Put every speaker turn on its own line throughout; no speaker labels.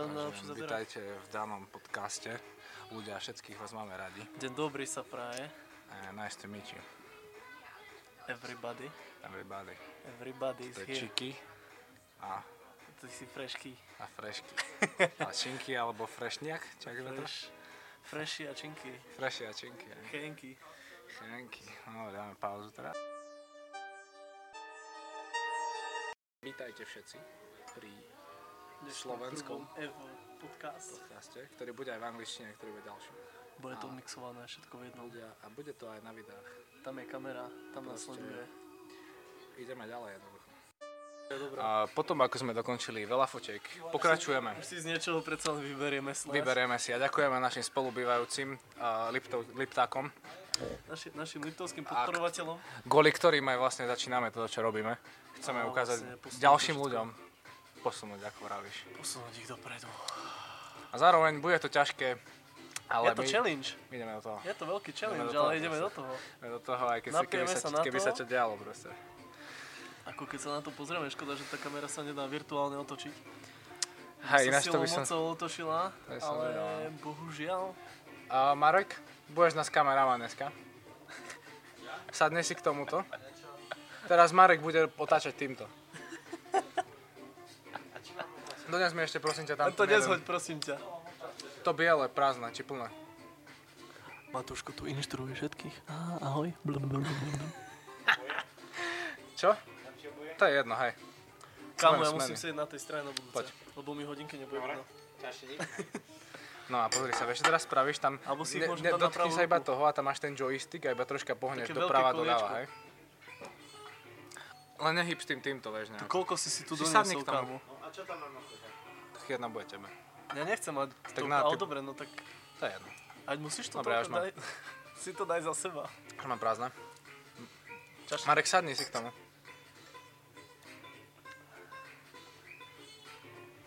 na,
Takže
przyzabieranie.
Witajcie v danom podcaste. Ľudia, všetkých vás máme radi.
Dzień dobry, sapraje.
Eh, nice to meet you,
Everybody.
everybody.
Everybody is
To je
here.
Chiky a,
Ty si frešky.
a Frešky. A Činky alebo Frešniak? Čak je to?
Fresh. Freshi a činky.
Freši a Činky. hej.
Henky.
Činky. No, dáme pauzu teraz. Vítajte všetci pri Slovenskom.
Evo podcast.
podcaste, ktorý bude aj v angličtine, ktorý bude ďalší.
Bude to
A-
mixované všetko v jednom.
Ľudia, a bude to aj na videách.
Tam je kamera, tam nás
Proste-
sleduje.
Ideme ďalej jednoducho. A potom, ako sme dokončili veľa fotiek, pokračujeme.
Už si z niečoho predsa len vyberieme snáď.
Vyberieme si a ďakujeme našim spolubývajúcim a Lipto, Liptákom,
Naši, našim liptovským podporovateľom.
kvôli ktorým aj vlastne začíname to, čo robíme. Chceme
Áno,
ukázať
vlastne posunúť
ďalším
to všetko.
ľuďom, posunúť, ako vravíš.
Posunúť ich dopredu.
A zároveň bude to ťažké,
Je
ale
to
my
challenge.
ideme do toho.
Je to veľký challenge,
do toho,
ale ideme do
proste.
toho.
Ideme do toho, aj keď si, keby,
Napijeme
sa,
sa na
keby
to.
sa čo dialo proste.
Ako keď sa na to pozrieme, škoda, že tá kamera sa nedá virtuálne otočiť.
Hej,
sa
ináč to
silou
by som...
mocou otočila,
To by som
ale
vedel, no.
bohužiaľ.
A Marek, budeš nás kameraman dneska. Sadne si k tomuto. Teraz Marek bude otáčať týmto. Dones mi ešte prosím ťa tam
A to
ten jeden-
nezhoď, prosím ťa.
to biele, prázdne, či plné.
Matúško tu inštruuje všetkých. Á, ahoj.
Čo? To je jedno, hej.
Kámo, ja
Smeru,
musím
smeru.
sedieť na tej strane na budúce.
Poď.
Lebo mi hodinky nebude vidno.
No a pozri sa, vieš, čo teraz spravíš tam...
Alebo si ich môžem dať na
dotkni
pravú
sa iba
ruku.
toho a tam máš ten joystick a iba troška pohneš
Také
doprava,
veľké koliečko.
doľava, hej. Len nehyb s tým týmto, vieš, nejako.
Koľko si si tu
Si sadni
doniesol,
k tomu.
kámo?
Jedna bude tebe.
Ja nechcem mať
Tak
to,
na,
ale
ty-
dobre, no tak
To je jedno.
ať musíš to
Dobre,
toľko
až mám.
daj, si to daj za seba.
Už mám prázdne.
Čaš-
Marek, sadni si k tomu.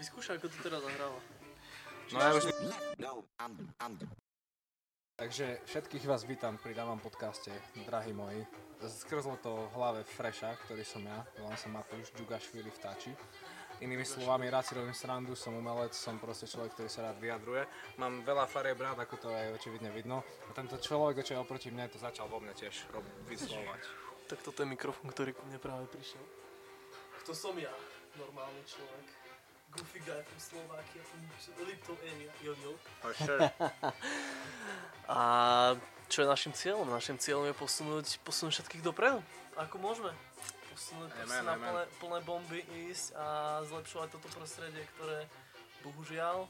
Vyskúšaj, ako to teda teraz zahráva.
No ja už... Takže všetkých vás vítam pri dávam podcaste, drahí moji. Skrzlo to v hlave Freša, ktorý som ja, volám sa Matúš Džugašvili vtáči. Inými slovami, rád si robím srandu, som umelec, som proste človek, ktorý sa rád vyjadruje. Mám veľa farieb rád, ako to aj očividne vidno. A tento človek, čo je oproti mne, to začal vo mne tiež rob- vyslovať.
Tak toto je mikrofón, ktorý ku mne práve prišiel. Kto som ja? Normálny človek. Goofy guy from Slovakia, from Liptov area, yo yo.
For sure.
A čo je našim cieľom? Našim cieľom je posunúť, posunúť všetkých dopredu. Ako môžeme? Posunúť
Amen,
proste na
amen.
plné, plné bomby ísť a zlepšovať toto prostredie, ktoré bohužiaľ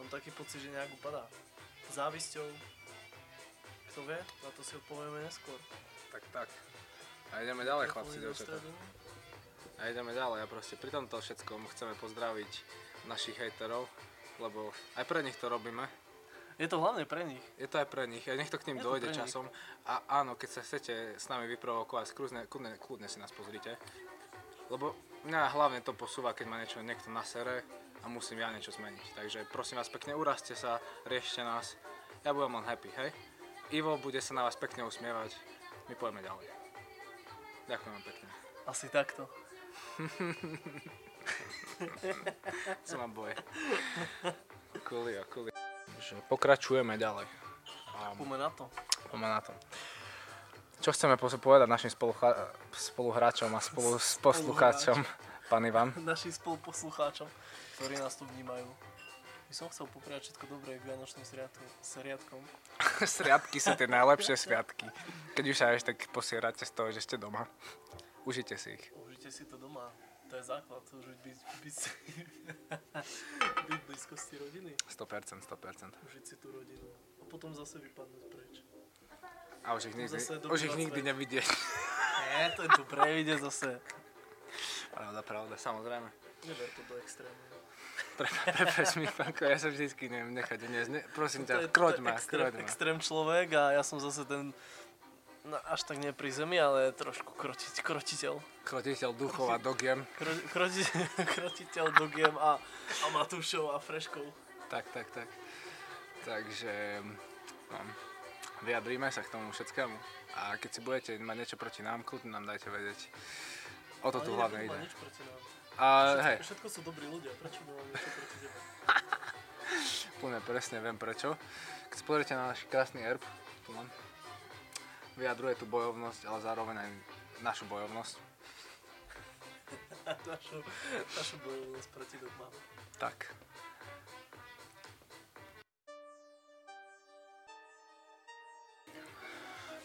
mám taký pocit, že nejak upadá. Závisťou. Kto vie? Na to si odpovieme neskôr.
tak, tak. A ideme ďalej, chlapci,
Odpovedť do
dievčatá.
stredu.
A ideme ďalej a proste pri tomto všetkom chceme pozdraviť našich hejterov, lebo aj pre nich to robíme.
Je to hlavne pre nich.
Je to aj pre nich, a nech to k
Je
ním
to
dojde
pre nich.
časom. A áno, keď sa chcete s nami vyprovokovať, skrúzne, kľudne, kľudne si nás pozrite. Lebo mňa hlavne to posúva, keď ma niečo niekto nasere a musím ja niečo zmeniť. Takže prosím vás pekne, urazte sa, riešte nás. Ja budem len happy, hej? Ivo bude sa na vás pekne usmievať. My pojeme ďalej. Ďakujem vám pekne.
Asi takto.
Co mám boje. Kulia, kulia. Že pokračujeme ďalej. A
Poďme na to.
poďme na to. Čo chceme po- povedať našim spolucha- spoluhráčom a spolu s poslucháčom? Pán Ivan.
Našim spoluposlucháčom, ktorí nás tu vnímajú. By som chcel popriať všetko dobré k Vianočným sriadkom, seriadkom.
Sviatky sú tie najlepšie sviatky. Keď už sa ešte tak posierate z toho, že ste doma. Užite si ich.
Užite si to doma. To je základ, užiť byť, byť, si- byť v blízkosti rodiny.
100%, 100%.
Užiť si tú rodinu. A potom zase vypadnúť preč.
A už ich nikdy,
No Zase dobrý
už ich nikdy
rozved.
nevidieť.
Nie, to je dobré, ide zase.
Pravda, pravda, samozrejme.
Neber to do extrému.
Prepač mi, Panko, ja sa vždycky neviem nechať. dnes. Ne, prosím
To je-
ťa,
to
kroť
je
ma,
extrém,
kroť ma.
extrém človek a ja som zase ten no, až tak nie pri zemi, ale trošku krotiť, krotiteľ.
Krotiteľ duchov a dogiem.
Kro- kroti, krotiteľ Dogiem a, a Matúšov a Freškov.
Tak, tak, tak. Takže no, vyjadríme sa k tomu všetkému. A keď si budete mať niečo proti nám, kľudne nám dajte vedieť. O to tu
Ale
hlavne
nebudú mať
ide.
nič proti nám.
A
Všetko,
hej,
všetko sú dobrí ľudia, prečo by mali niečo proti tebe?
úplne presne viem prečo. Keď si pozriete na náš krásny erb, tu mám, vyjadruje tú bojovnosť, ale zároveň aj našu bojovnosť.
našu, našu bojovnosť proti dogmám.
Tak.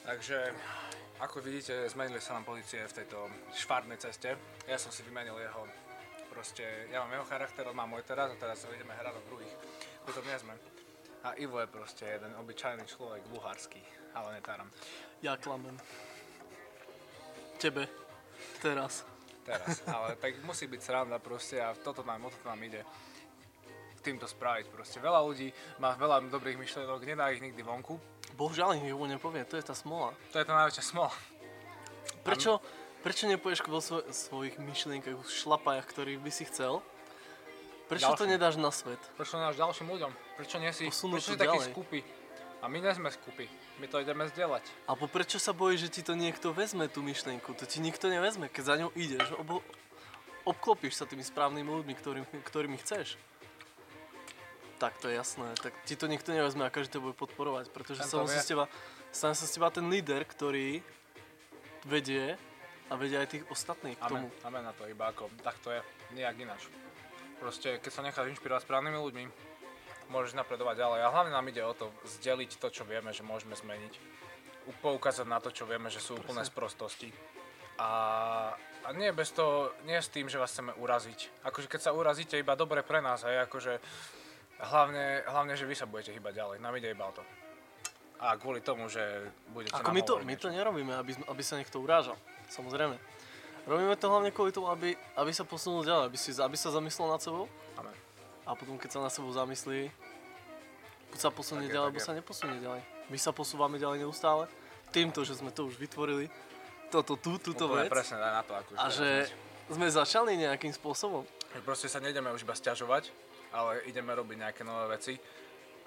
Takže, ako vidíte, zmenili sa nám pozície v tejto švárnej ceste. Ja som si vymenil jeho, proste, ja mám jeho charakter, on má môj teraz a teraz ideme hrať o druhých. Potom nie sme. A Ivo je proste jeden obyčajný človek, luhársky, ale netáram.
Ja klamem. Tebe. Teraz.
teraz. Ale tak musí byť sranda proste a toto nám, o toto nám ide týmto spraviť proste. Veľa ľudí má veľa dobrých myšlienok, nedá ich nikdy vonku.
Bohužiaľ ich nikto nepovie, to je tá smola.
To je tá najväčšia smola.
Prečo, prečo nepovieš vo svo- svojich myšlienkach, v šlapajach, ktorých by si chcel? Prečo to
Ďalšie.
nedáš na svet?
Prečo náš ďalším ľuďom? Prečo nie si,
Posunú
prečo si
to
taký
ďalej.
skupý? A my nie sme skupy. My to ideme zdieľať.
Alebo prečo sa bojíš, že ti to niekto vezme, tú myšlienku? To ti nikto nevezme, keď za ňou ideš. Obo, obklopíš sa tými správnymi ľuďmi, ktorým, ktorými chceš. Tak to je jasné. Tak ti to nikto nevezme a každý to bude podporovať, pretože
Ten to
stane sa,
vie.
z teba, stane sa z teba ten líder, ktorý vedie a vedie aj tých ostatných k tomu.
Amen, amen na to, iba ako, tak to je, nejak ináč. Proste, keď sa necháš inšpirovať správnymi ľuďmi, môžeš napredovať ďalej. A hlavne nám ide o to, zdeliť to, čo vieme, že môžeme zmeniť. U- Poukázať na to, čo vieme, že sú úplne
Presne.
sprostosti. A, a nie bez toho, nie s tým, že vás chceme uraziť. Akože keď sa urazíte, iba dobre pre nás, hej, akože hlavne, hlavne, že vy sa budete hýbať ďalej. Nám ide iba o to. A kvôli tomu, že budete
Ako
nám
my to,
hovoriť
my to
niečo.
nerobíme, aby, sme- aby sa niekto urážal, samozrejme. Robíme to hlavne kvôli tomu, aby, aby sa posunul ďalej, aby, si, aby sa zamyslel nad sebou
Amen.
a potom keď sa na sebou zamyslí, buď sa posunie
Tak je,
ďalej,
tak
alebo
je.
sa neposunie ďalej. My sa posúvame ďalej neustále, týmto, že sme to už vytvorili, toto tu, túto
Úplne
vec
presne daj na No to, akože
a
teraz
že
sme-
sme začali nejakým spôsobom.
My proste sa nejdeme už iba sťažovať, ale ideme robiť nejaké nové veci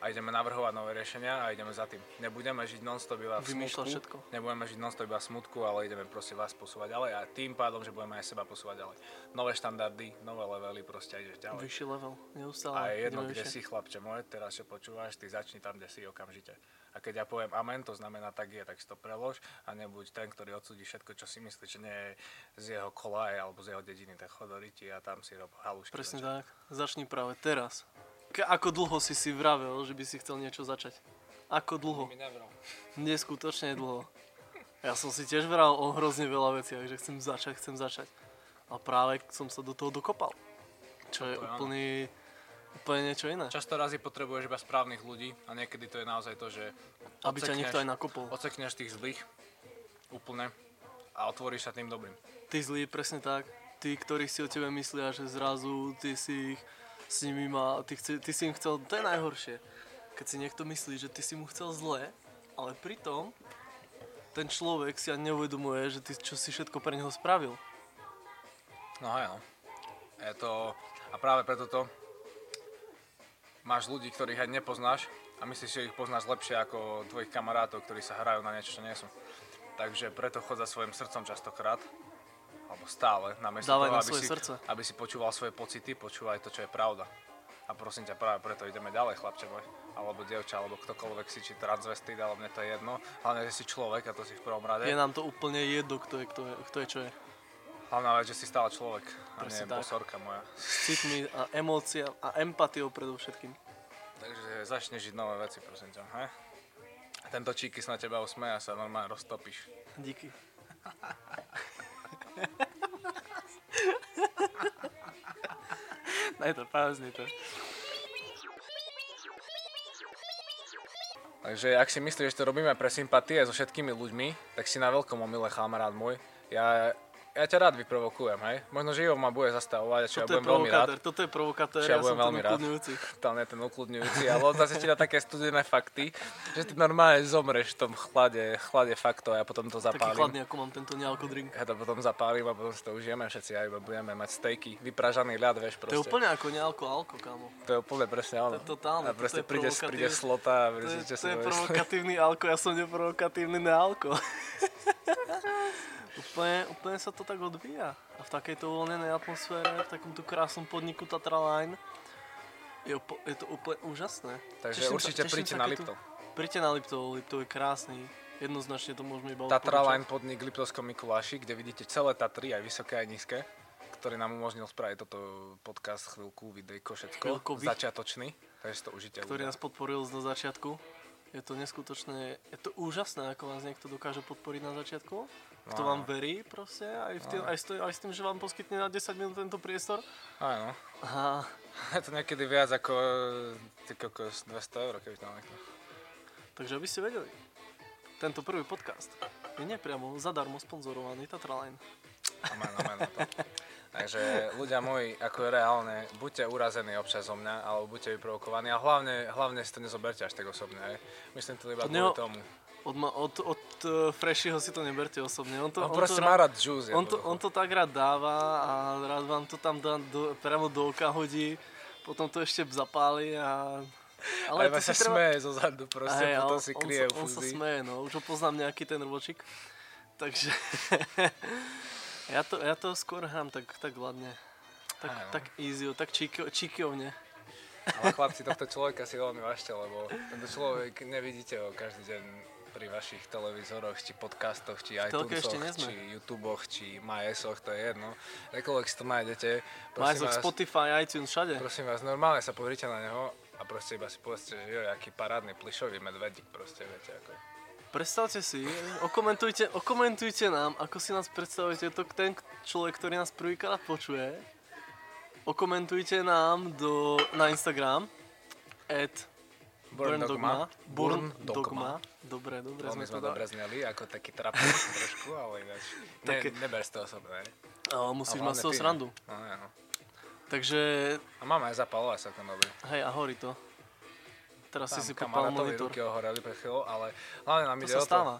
a ideme navrhovať nové riešenia a ideme za tým. Nebudeme žiť non-stop iba v
Vymýšľať
smutku,
všetko.
nebudeme žiť non-stop iba v smutku, ale ideme proste vás posúvať ďalej a tým pádom, že budeme aj seba posúvať ďalej. Nové štandardy, nové levely, proste ideš ďalej.
Vyšší level, neustále.
A je jedno,
ideme
kde
vyššie.
si chlapče moje, teraz čo počúvaš, ty začni tam, kde si okamžite. A keď ja poviem amen, to znamená tak je, tak si to prelož a nebuď ten, ktorý odsudí všetko, čo si myslí, že nie je z jeho kolaje alebo z jeho dediny, tak chodoriti a tam si rob halušky.
Presne tak, začni práve teraz. Ke- ako dlho si si vravel, že by si chcel niečo začať? Ako dlho?
Mi nevral.
Neskutočne dlho. Ja som si tiež vral o hrozne veľa veciach, že chcem začať, chcem začať. A práve som sa do toho dokopal. Čo je
To je áno.
úplne, úplne niečo iné.
Často razy potrebuješ iba správnych ľudí a niekedy to je naozaj to, že
Aby ťa
odsekneš-
niekto aj nakopol.
odsekneš tých zlých úplne a otvoríš sa tým dobrým.
Ty zlí, presne tak. Tí, ktorí si o tebe myslia, že zrazu ty si ich s nimi má, ty, chce, ty si im chcel, to je najhoršie. Keď si niekto myslí, že ty si mu chcel zle, ale pritom ten človek si ani neuvedomuje, že ty čo si všetko pre neho spravil.
No hej, no. Je to... A práve preto to máš ľudí, ktorých aj nepoznáš a myslíš, že ich poznáš lepšie ako tvojich kamarátov, ktorí sa hrajú na niečo, čo nie sú. Takže preto chod za svojim srdcom častokrát, alebo stále, namiesto
Dávaj
toho,
na
aby
svoje
si,
srdce.
aby si počúval svoje pocity, počúvaj to, čo je pravda. A prosím ťa, práve preto ideme ďalej, chlapče môj, alebo dievča, alebo ktokoľvek si, či transvestit, alebo mne to je jedno. Hlavne, že si človek a to si v prvom rade.
Je nám to úplne jedno, kto je, kto je, kto je čo je.
Hlavná vec, že si stále človek a nie
Presne tak.
bosorka moja.
S citmi a emócia a empatiou predovšetkým.
Takže začne žiť nové veci, prosím ťa, he? A Tento číkis na teba usmeje a sa normálne roztopíš.
Díky. Daj to, pauzni to.
Takže ak si myslíš, že to robíme pre sympatie so všetkými ľuďmi, tak si na veľkom omyle, chámarát môj. Ja, ja ťa rád vyprovokujem, hej? Možno že Ivo ma bude zastavovať, a čo ja
Toto je
budem veľmi rád.
provokátor, toto je provokátor,
Čo ja
ja, som
budem
ten
veľmi rád.
ukludňujúci.
Tam je ten ukludňujúci, ale on zase ti dá také studené fakty, že ty normálne zomreš v tom chlade, chlade faktov a ja potom to
Taký
zapálim.
chladný, ako mám tento nealko drink.
Ja to potom zapálim a potom si to užijeme všetci a iba budeme mať stejky, vypražaný ľad, vieš
To je
proste.
úplne ako nealko alko, kámo.
To je úplne presne ono.
To je totálne,
A proste
toto je
príde,
provokatívne.
príde slota a
To je,
príde, čo
to
sa
je
dovie-
provokatívny alko, ja som neprovokatívny nealko. úplne, úplne sa to tak odvíja. A v takejto uvoľnenej atmosfére, v takomto krásnom podniku Tatra Line, Je, opo- je to úplne úžasné.
Takže
Teším sa-
určite
teším
príďte
sa,
na
keď tu-
Liptov.
Príďte na Liptov, Liptov je krásny. Jednoznačne to môžeme iba
Tatra
odporúčať.
Line podnik v Liptovskom Mikuláši, kde vidíte celé Tatry, aj vysoké, aj nízke, ktorý nám umožnil spraviť toto podcast chvíľku, videjko, všetko,
Chvíľkový.
začiatočný, takže si to užite.
ktorý
ľudia.
nás podporil na začiatku. Je to neskutočné, je to úžasné, ako vás niekto dokáže podporiť na začiatku. Kto
No.
vám verí proste, aj, v tým,
No.
aj, s tým, aj s tým, že vám poskytne na 10 minút tento priestor.
Áno,
A
je to niekedy viac ako e, ty kokos, 200 eur, keby tam niekto.
takže aby ste vedeli, tento prvý podcast je nepriamo zadarmo sponzorovaný Tatraline.
Amen, amen no, na to. Takže ľudia moji, ako je reálne, buďte urazení občas zo mňa, alebo buďte vyprovokovaní a hlavne, hlavne si to nezoberte až tak osobne. Hej. Myslím to iba
To
kvôli
neho-
tomu.
Od, ma- od, od uh, Freshyho si to neberte osobne. On to,
On,
on
proste
to
má
rád-
rád juice.
on, to, on to tak rád dáva a rád vám to tam dá do, priamo do oka hodí, potom to ešte zapáli a...
ale
to
sa
si treba-
smeje zo zadu, proste
Hej,
potom
on-
si
on
kryje
sa- On sa
fúzy.
smeje, no. Už ho poznám nejaký ten robočik. Takže... ja, to, ja to skôr hrám tak, tak ladne. Tak,
Áno.
tak easy, tak číkio, číkiovne.
Ale chlapci, tohto človeka si veľmi vážte, lebo tento človek nevidíte ho každý deň pri vašich televízoroch, či podcastoch, či
toľke ešte
iTunesoch,
nie sme.
či YouTubeoch, či MySoch, to je jedno. Akoľvek si to nájdete, prosím
Majzok,
vás,
Spotify, iTunes, všade.
prosím vás, normálne sa pozrite na neho a proste iba si povedzte, že jo, aký parádny plišový medvedík, proste, viete, ako je.
Predstavte si, okomentujte, okomentujte nám, ako si nás predstavujete, to ten k- človek, ktorý nás prvýkrát počuje. Okomentujte nám do, na Instagram at
Burn Dogma.
Burn
Burn
Dogma. Dobre, dobre, sme teda- to
Veľmi sme
dali.
dobre zneli, ako taký trapný trošku, ale ináč. Ne,
Také-
neber si to osobne. hej.
A musíš
A
mať
hlavne
z toho
ty, ne?
srandu.
No, áno.
Takže,
A máme aj zapalovať sa ten dobrý.
hej, a horí to. Teraz si
Tam
si popal
kamarátovi
monitor.
ruky ohoreli pred chvíľou, ale hlavne nám
To
ide
sa
o to,
stáva.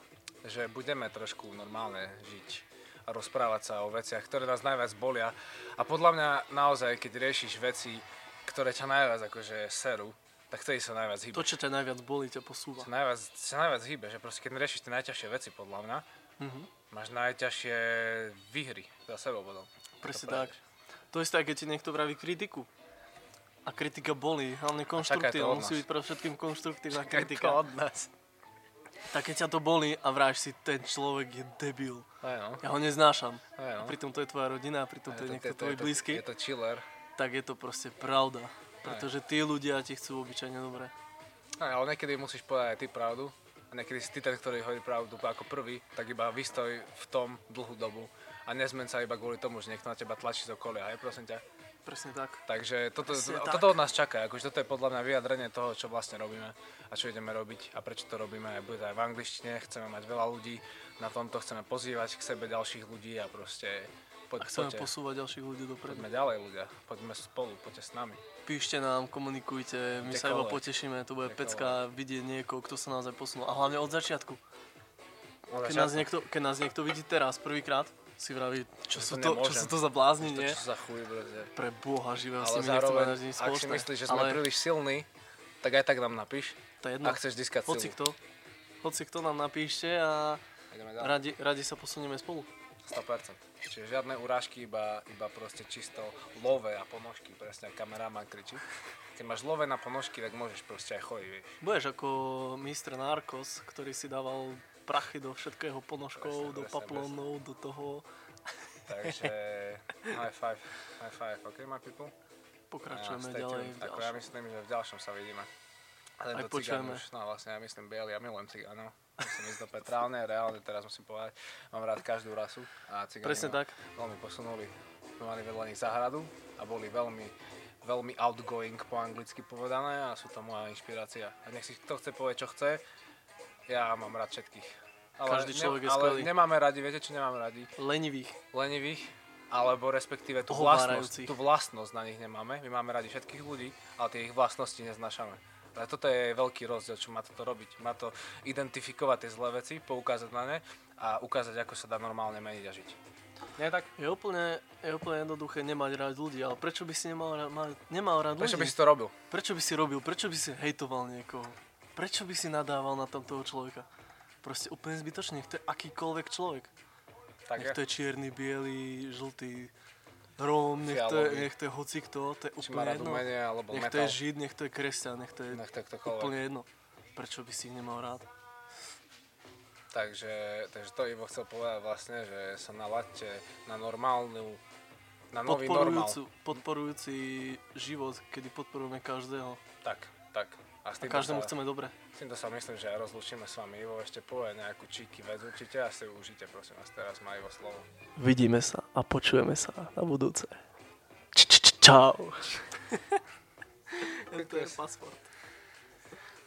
že budeme trošku normálne žiť a rozprávať sa o veciach, ktoré nás najviac bolia. A podľa mňa naozaj, keď riešiš veci, ktoré ťa najviac akože serú, tak vtedy sa najviac hýbe.
To, čo ťa najviac bolí, ťa posúva.
Sa najviac, sa najviac hýbe, že proste keď riešiš tie najťažšie veci, podľa mňa,
Mhm,
máš najťažšie výhry za sebou potom.
presne
To
tak. To isté, keď ti niekto vraví kritiku. A kritika bolí, hlavne konštruktívna.
od nás.
Musí byť pre všetkým konštruktívna
Čakaj to
kritika.
od nás.
Tak keď ťa to bolí a vráš si, ten človek je debil.
Aj no,
Ja ho neznášam.
aj no.
A pritom to je tvoja rodina, a pritom
Aj
to je
to-
niekto
to- to-
tvoj
je to-
blízky.
Je to chiller.
Tak je to proste pravda. Pretože tí ľudia ti chcú obyčajne dobre.
Aj, No, ale niekedy musíš povedať aj ty pravdu. A niekedy si ty ten, ktorý hovorí pravdu ako prvý, tak iba vystoj v tom dlhú dobu. A nezmen sa iba kvôli tomu, že niekto na teba tlačí z okolia, hej, prosím ťa.
Presne tak.
Takže toto,
Presne
to,
tak.
toto od nás čaká, akože toto je podľa mňa vyjadrenie toho, čo vlastne robíme a čo ideme robiť a prečo to robíme. Aj bude to aj v angličtine, chceme mať veľa ľudí, na tomto chceme pozývať k sebe ďalších ľudí a proste
A
poď,
chceme
poďte,
posúvať ďalších ľudí dopredu.
poďme ďalej ľudia, poďme spolu, poďte s nami.
Píšte nám, komunikujte, my sa iba
Kdekoľvek.
potešíme, to bude
Kdekoľvek.
pecka vidieť niekoho, kto sa naozaj posunul. A hlavne od začiatku.
Ale
Keď
žiadne-
nás niekto, keď nás niekto vidí teraz prvýkrát, si vraví, čo,
Že
sú
to
to, čo
nemôžem.
sú to za blázni,
to,
nie?
čo za chuj, brode.
Pre boha živého si
Ale
my nechceme
zároveň,
na nič
ak si
spoločné.
myslíš, že sme
Ale No,
príliš silní, tak aj tak nám napíš,
to je jedno.
ak chceš získať
Hoci
silu.
kto, hoci kto nám napíšte a
Ideme ďalej.
radi, radi sa posunieme spolu.
100%. Čiže žiadne urážky, iba, iba proste čisto love a ponožky, presne ako kameraman kričí. Keď máš love na ponožky, tak môžeš proste aj chodiť, vieš.
Budeš ako mistr Narcos, ktorý si dával prachy do všetkého ponožkov,
Presne,
do
presne, No,
paplónov, do toho.
Takže high five, high five, ok my people? A
Pokračujeme
stay
ďalej
tuned.
v
Ako ja
ďalšom.
myslím, že v ďalšom sa vidíme. A tento
počujeme.
cigán už, no vlastne ja myslím biely, ja milujem cigánov. Musím ísť do Petrálne, reálne teraz musím povedať, mám rád každú rasu. A cigáni
Presne
ma-
tak.
veľmi posunuli. My mali vedľa nich záhradu a boli veľmi, veľmi outgoing po anglicky povedané a sú to moja inšpirácia. A nech si kto chce povedať, čo chce, ja mám rád všetkých.
Každý človek je
ale
skvelý.
nemáme radi, viete čo nemáme radi?
Lenivých.
Lenivých, alebo respektíve tú
Ohovárajúcich.
vlastnosť, tú vlastnosť na nich nemáme. My máme radi všetkých ľudí, ale tie ich vlastnosti neznášame. Ale toto je veľký rozdiel, čo má toto robiť. Má to identifikovať tie zlé veci, poukázať na ne a ukázať, ako sa dá normálne meniť a žiť. Nie tak?
Je úplne, je úplne jednoduché nemať rád ľudí, ale prečo by si nemal, rád, ma- nemal rád
Prečo by
ľudí?
si to robil?
Prečo by si robil? Prečo by si hejtoval niekoho? Prečo by si nadával na tam toho človeka? Proste úplne zbytočne, nech to je akýkoľvek človek.
Tak
Nech
je.
to je čierny, biely, žltý, Róm, nech to, je,
Fialový.
nech to je hocikto, to je
Či
úplne
má rád
jedno.
umenie alebo
Nech to
metal.
je žid, nech to je kresťan, nech to je
Nech to je ktokoľvek.
úplne jedno. Prečo by si ich nemal rád?
Takže, takže to Ivo chcel povedať vlastne, že sa nalaďte na normálnu, na nový normál.
Podporujúcu, podporujúci život, kedy podporujeme každého.
Tak, tak. s
A
týmto
každému
sa,
chceme dobre.
S týmto sa myslím, že aj rozlúčime s vami. Ivo ešte povie nejakú číky vec určite a si ju užite, prosím vás, teraz má Ivo slovo.
Vidíme sa a počujeme sa na budúce. Č- č- č- Čau. to je pasport.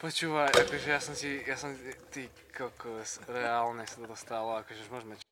Počúvaj, akože ja som si, ja som, ty kokos, reálne sa to stalo, akože už môžeme